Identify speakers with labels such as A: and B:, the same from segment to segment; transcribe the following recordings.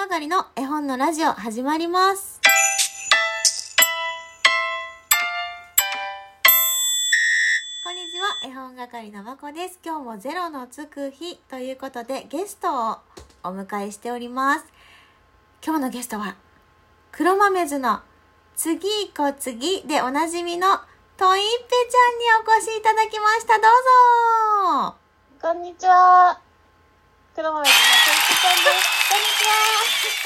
A: 上がりの絵本のラジオ始まります。こんにちは、絵本係のまこです。今日もゼロのつく日ということでゲストをお迎えしております。今日のゲストは、黒豆酢の次いこ次でおなじみのトイッペちゃんにお越しいただきました。どうぞ
B: こんにちは。黒豆のち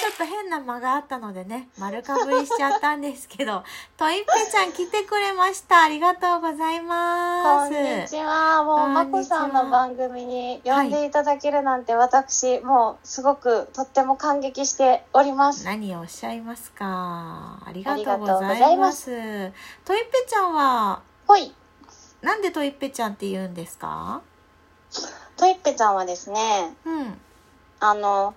A: ちょっと変な間があったのでね、丸かぶりしちゃったんですけど、トイッペちゃん来てくれました。ありがとうござい
B: ゃ
A: ま
B: ん。
A: す。
B: こんにちは。もう、まこさんの番組に呼んでいただけるなんて、私、もう、すごく、とっても感激しております。
A: 何をおっしゃいますか。ありがとうございます。トイッペちゃんは、
B: ほい。
A: なんでトイッペちゃんって言うんですか
B: トイッペちゃんはですね、
A: うん。
B: あの、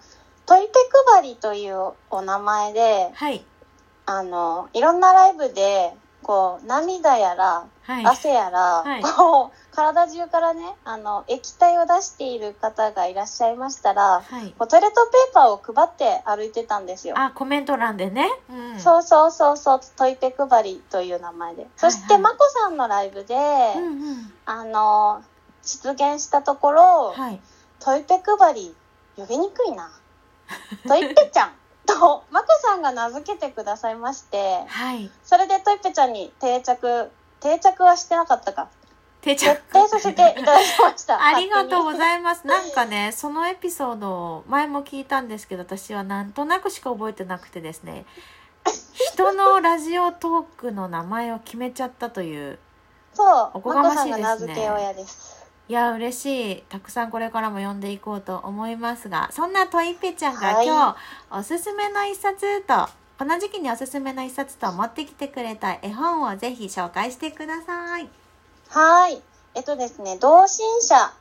B: トイペ配りというお名前で、
A: はい。
B: あの、いろんなライブで、こう、涙やら、
A: はい。
B: 汗やら、
A: はい
B: こう、体中からね、あの、液体を出している方がいらっしゃいましたら、
A: はい。
B: こうトイレットペーパーを配って歩いてたんですよ。
A: あ、コメント欄でね。うん。
B: そうそうそうそう、トイペ配りという名前で。そして、
A: はいは
B: まこさんのライブで、
A: うんうん。
B: あの、出現したところ、
A: はい。
B: トイペ配り呼びにくいな。 トイペちゃんと、まこさんが名付けてくださいまして、
A: はい。
B: それでトイペちゃんに定着、定着はしてなかったか。
A: 定着
B: 決定させていただきま し た。
A: ありがとうご
B: い
A: ざいます。なんかね、そのエピソードを前も聞いたんですけど、私はなんとなくしか覚えてなくてですね、人のラジオトークの名前を決めちゃったという、
B: ます。そう、
A: お
B: ま
A: こがま
B: こ
A: しいですね
B: さんが名付け親です。
A: いや、嬉しい。たくさんこれからも読んでいこうと思いますが、そんなトイペちゃんが
B: はい
A: 今日、おすすめの一冊と、この時期におすすめの一冊と持ってきてくれた絵本をぜひ紹介してください。
B: はーい。えっとですね、同心者。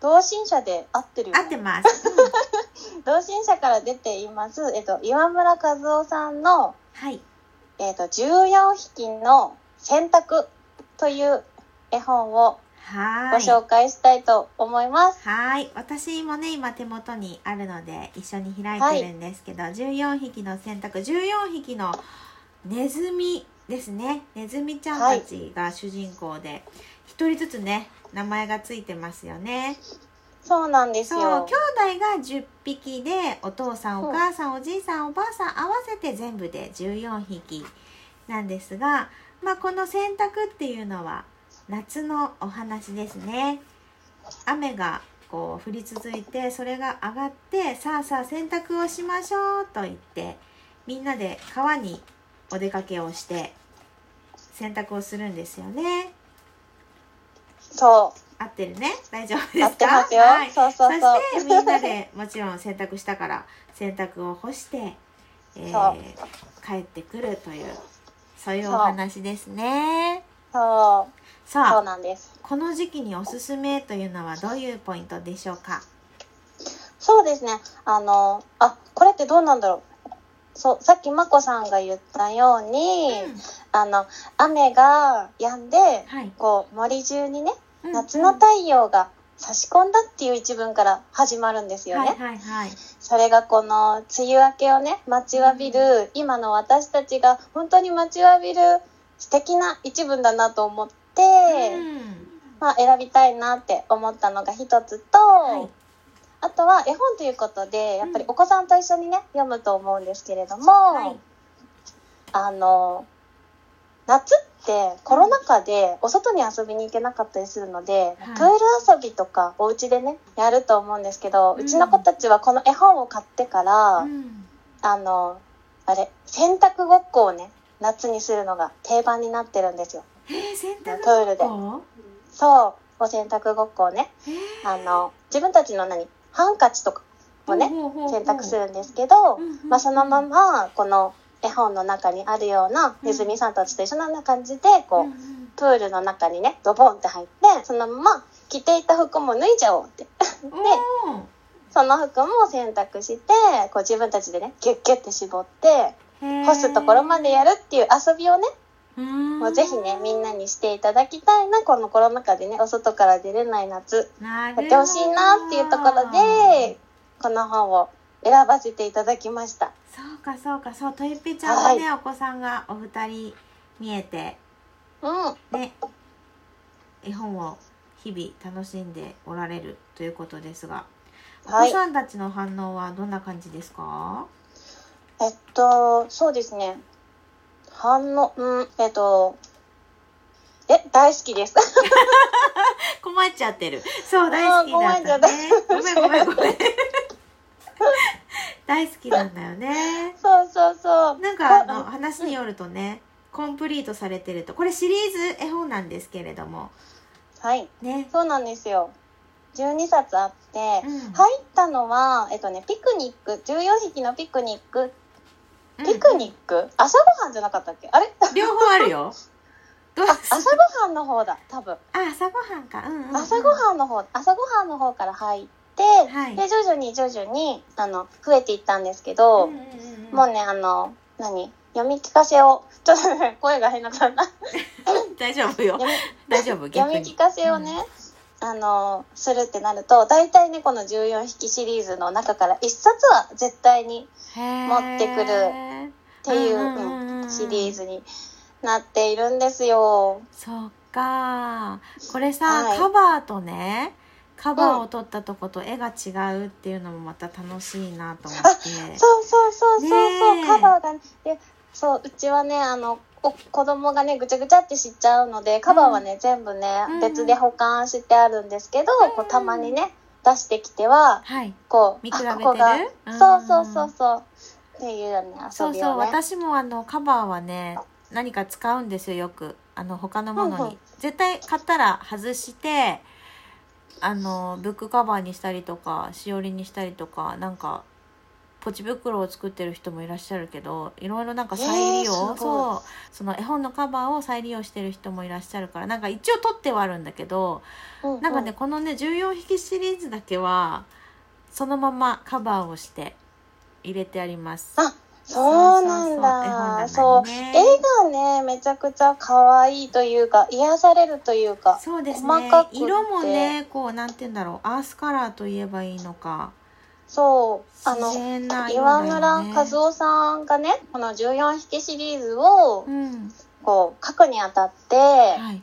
B: 同心者で合ってるよ、ね、
A: 合ってます。うん
B: 同心者から出ています、えっと、岩村和夫さんの、
A: はい。
B: えっと、14匹の選択という絵本を
A: は
B: ご
A: ーい。
B: 紹介したいと思います。
A: はい私もね今手元にあるので一緒に開いてるんですけど、14匹の洗濯14匹のネズミですねネズミちゃんたちが主人公で一、人ずつね名前がついてますよね
B: そうなんです
A: そう
B: よ。
A: 兄弟が10匹でお父さんお母さんおじいさんおばあさん合わせて全部で14匹なんですが、まあ、この洗濯っていうのは夏のお話ですね雨がこう降り続いてそれが上がってさあさあ洗濯をしましょうと言ってみんなで川にお出かけをして洗濯をするんですよね
B: そう。
A: 合ってるね大丈夫で
B: 合
A: す
B: って
A: か
B: ますよ。
A: はい
B: そう
A: そ
B: そうそう。
A: してみんなでもちろん洗濯したから洗濯を干して、えー
B: そう
A: 帰ってくるというそういうお話ですね。
B: そう。そ
A: さ
B: う
A: あ
B: なんです。
A: この時期におすすめというのはどういうポイントでしょうか。
B: そうですね。あの、あ、これってどうなんだろう。そう、さっきまこさんが言ったように、
A: うん
B: あの、雨が止んで、
A: はい。
B: こう、森中にね、
A: うん
B: 夏の太陽が差し込んだっていう一文から始まるんですよね。
A: はいはいはい。
B: それがこの、梅雨明けをね、待ちわびる、今の私たちが本当に待ちわびる素敵な一文だなと思って、
A: うん
B: まあ、選びたいなって思ったのが一つと、
A: はい
B: あとは絵本ということで、やっぱりお子さんと一緒にね、読むと思うんですけれども、
A: はい
B: あの、夏ってコロナ禍でお外に遊びに行けなかったりするので、
A: はい
B: プール遊びとかお家でね、やると思うんですけど、
A: う
B: うんちの子たちはこの絵本を買ってから、
A: うん
B: あの、あれ、洗濯ごっこをね、夏にするのが定番になってるんですよ。
A: えー、洗
B: プ
A: 濯
B: ールで。
A: ど
B: そう、お洗濯ごっこをね、
A: えー
B: あの、自分たちの何、ハンカチとかをね、
A: ほうほうほうほう
B: 選択するんですけど
A: うんうん、
B: まあ、そのままこの絵本の中にあるようなネズミさんたちと一緒のような感じでこう、
A: うんうん
B: プールの中にねドボンって入ってそのまま着ていた服も脱いじゃおうって
A: おー
B: その服も選択してこう自分たちでねギュッギュッて絞って
A: へー
B: 干すところまでやるっていう遊びをね
A: うん
B: もうぜひねみんなにしていただきたいなこのコロナ禍でねお外から出れない夏
A: なるほ
B: や
A: ど
B: ってほしいなっていうところでこの本を選ばせていただきました。
A: そうかそうかそうとゆっぴちゃんもね、お子さんがお二人見えて
B: うん。
A: ね絵本を日々楽しんでおられるということですが、お
B: は
A: 子
B: い。
A: さんたちの反応はどんな感じですか
B: えっと、そうですね。反応、うん、えっと、え、大好きです。
A: 困っちゃってるそう大好きだったね
B: あ
A: ご
B: ー困
A: めん
B: っちゃ
A: ごめん
B: った
A: ごめん大好きなんだよ ね
B: そうそうそう。
A: なんかあの
B: こ
A: 話によるとねコンプリートされてるとこれシリーズ絵本なんですけれども
B: はい。
A: ね
B: そうなんですよ。12冊あって、
A: うん
B: 入ったのは、えっとね、ピクニック、14匹のピクニック、
A: うん
B: ピクニック、朝ごはんじゃなかったっけあれ
A: 両方あるよどう
B: あ 朝ごはんの方だ、多分。
A: あ朝ごはんかうんうんうん
B: 朝ごはんの方、朝ごはんの方から入って、
A: はい
B: で、徐々に徐々に、あの、増えていったんですけど、
A: んんん
B: もうね、あの、何読み聞かせを、ちょっとね、声が変な感じ。
A: 大丈夫よ
B: 読み
A: 大丈夫逆
B: 読み聞
A: に
B: かせをね、あのするってなると大体ねこの14匹シリーズの中から1冊は絶対に
A: 持
B: ってくるっていう、うんシリーズになっているんですよ。
A: そっかこれさ、
B: はい
A: カバーとねカバーを取ったとこと絵が違うっていうのもまた楽しいなと思って
B: そうそうそうそうそう、
A: ねえ
B: カバーがねでそううちはねあのお子供がねぐちゃぐちゃってしちゃうのでカバーはね、全部ね、
A: うん
B: 別で保管してあるんですけど、こうたまにね出してきては
A: はい
B: こう
A: 見比べてる
B: あここが
A: うん
B: そうそうそうそうっていうね
A: そ
B: 遊
A: う
B: び
A: そう
B: をね。
A: 私もあのカバーはね何か使うんですよよくあの他のものに、
B: うんうん
A: 絶対買ったら外してあのブックカバーにしたりとかしおりにしたりとかなんかポチ袋を作ってる人もいらっしゃるけどいろいろなんか再利用、
B: えーすごい
A: そうその絵本のカバーを再利用してる人もいらっしゃるからなんか一応取ってはあるんだけど
B: うう
A: なんかね、このね14匹シリーズだけはそのままカバーをして入れてあります。
B: あそうなんだ。そ
A: そうそうそ
B: う,、
A: う絵本棚にね
B: 絵がね、めちゃくちゃ可愛いというか、癒されるというか。
A: そうですね
B: 細かくて
A: 色もねこうなんて言うんだろうアースカラーと言えばいいのか
B: そう。あ
A: 自
B: の、
A: 然な色
B: 岩
A: だよ、ね、
B: 村和夫さんがね、この14匹シリーズを
A: う、ん
B: こう、書くにあたって、
A: はい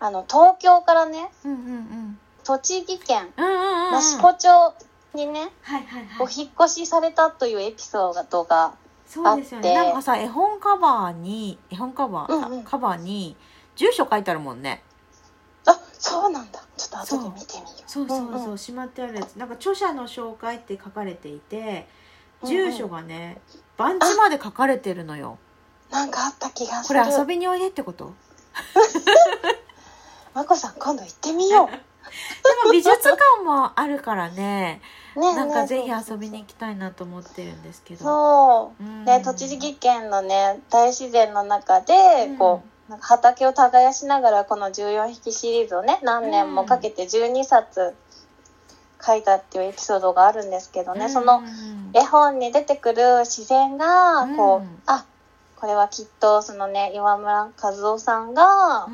B: あの、東京からね、
A: うんうんうん
B: 栃木県、
A: うんうんうん
B: 那須湖町にね、
A: はいはいは
B: お
A: い
B: 引っ越しされたというエピソードが、
A: そうですよね
B: あっ
A: な
B: て
A: んかさ絵本カバーに絵本カバー、
B: うんうん
A: カバーに住所書いてあるもんね
B: あ、そうなんだ。ちょっと後で見てみよう。
A: そうそうそう、
B: んん
A: しまってあるやつなんか著者の紹介って書かれていて
B: うんうん
A: 住所がね番地まで書かれてるのよ
B: なんかあった気がす
A: こ
B: る
A: れ。遊びにおいでってこと
B: まこさん、今度行ってみ よう。
A: でも美術館もあるからね
B: ね、
A: なん
B: ね
A: かぜひ遊びに行きたいなと思ってるんですけど。
B: そう
A: うん
B: で栃木県のね大自然の中で、
A: うん
B: こうなんか畑を耕しながらこの14匹シリーズをね何年もかけて12冊書いたっていうエピソードがあるんですけどね、そ
A: うん
B: の
A: うん
B: 絵本に出てくる自然がこう、
A: うん
B: あこれはきっとそのね岩村和夫さんが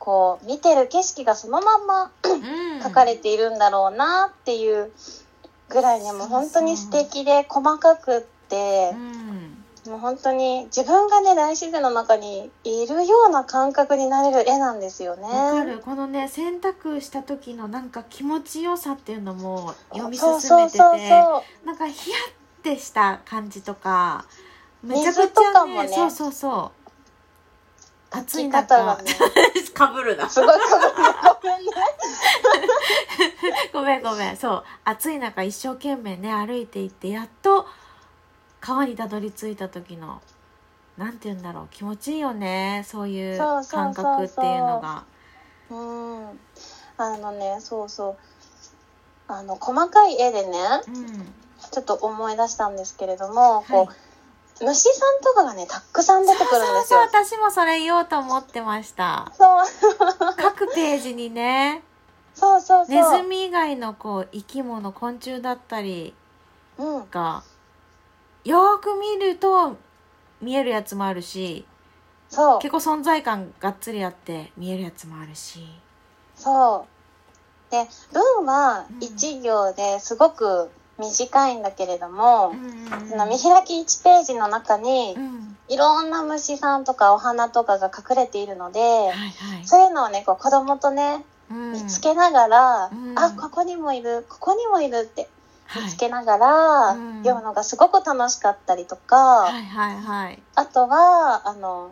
B: こう見てる景色がそのまんま
A: うん
B: 書かれているんだろうなっていうぐらいねもう本当に素敵で細かくって
A: う、ん
B: もう本当に自分がね大自然の中にいるような感覚になれる絵なんですよね。
A: わかるこのね洗濯した時のなんか気持ちよさっていうのも読み進
B: そう
A: めてて
B: そうそうそう
A: なんかヒヤってした感じとかめちゃくちゃ、ね、
B: 水とかもね
A: そうそうそう暑い
B: 書き方
A: 中
B: がね
A: かぶるな
B: すごいごめんね。
A: ごめんごめんそう暑い中一生懸命ね歩いていってやっと川にたどり着いた時のなんて言うんだろう気持ちいいよねそういう
B: そうそうそ
A: 感
B: うそう
A: 覚っていうのが
B: うんあのねそうそうあの細かい絵でね
A: うん
B: ちょっと思い出したんですけれども、
A: はい
B: こう虫さんとかがねたくさん出てくるん
A: そう
B: です
A: そう
B: よ。
A: 私もそれ言おうと思ってま した
B: そう
A: 各ページにね
B: そうそうそう。
A: ネズミ以外のこう生き物昆虫だったり
B: うん
A: がよーく見ると見えるやつもあるし
B: そう
A: 結構存在感がっつりあって見えるやつもあるし。
B: そうで文は
A: うん
B: 一行ですごく短いんだけれども、その見開き1ページの中に
A: う、ん
B: いろんな虫さんとかお花とかが隠れているので、
A: はいはい
B: そういうのをね、こう子供とね、
A: うん
B: 見つけながら、
A: うん
B: あ、ここにもいる、ここにもいるって
A: はい
B: 見つけながら、
A: うん
B: 読むのがすごく楽しかったりとか、
A: はいはいはい
B: あとは、あの、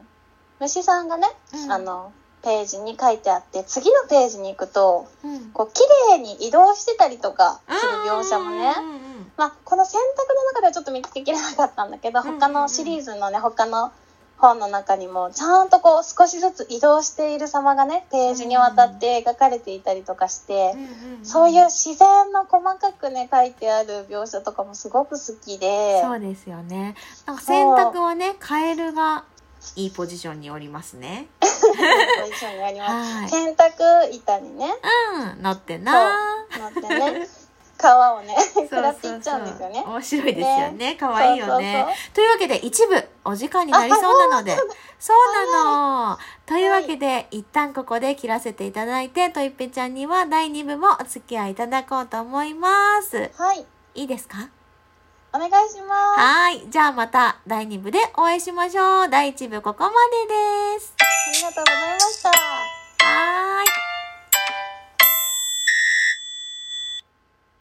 B: 虫さんがね、
A: うん
B: あの、ページに書いてあって、次のページに行くと、
A: うん
B: こう、綺麗に移動してたりとかする描写もね
A: う、んうんうん
B: まあ、この選択の中ではちょっと見つけきれなかったんだけど、
A: うんうんうん
B: 他のシリーズのね、他の本の中にも、ちゃんとこう、少しずつ移動している様がね、ページにわたって描かれていたりとかして
A: う、んんん
B: そういう自然の細かくね、書いてある描写とかもすごく好きで、
A: そうですよねなんか選択はねカエルがいいポジションにおりますね
B: 一緒にやります。
A: はい
B: 洗濯板にね、
A: うん乗ってな
B: 乗って ね、皮をね、
A: そう
B: 食らっていっちゃうんですよね。
A: 面白いですよね可愛いよね
B: そうそう
A: というわけで一部お時間になりそうなのでそうなのというわけで、一旦ここで切らせていただいてといっぺちゃんには第2部もお付き合いいただこうと思います
B: そうはい、
A: いいですか
B: お願いします。
A: はーいじゃあまた第2部でお会いしましょう第1部ここまでです
B: ありがとうございました。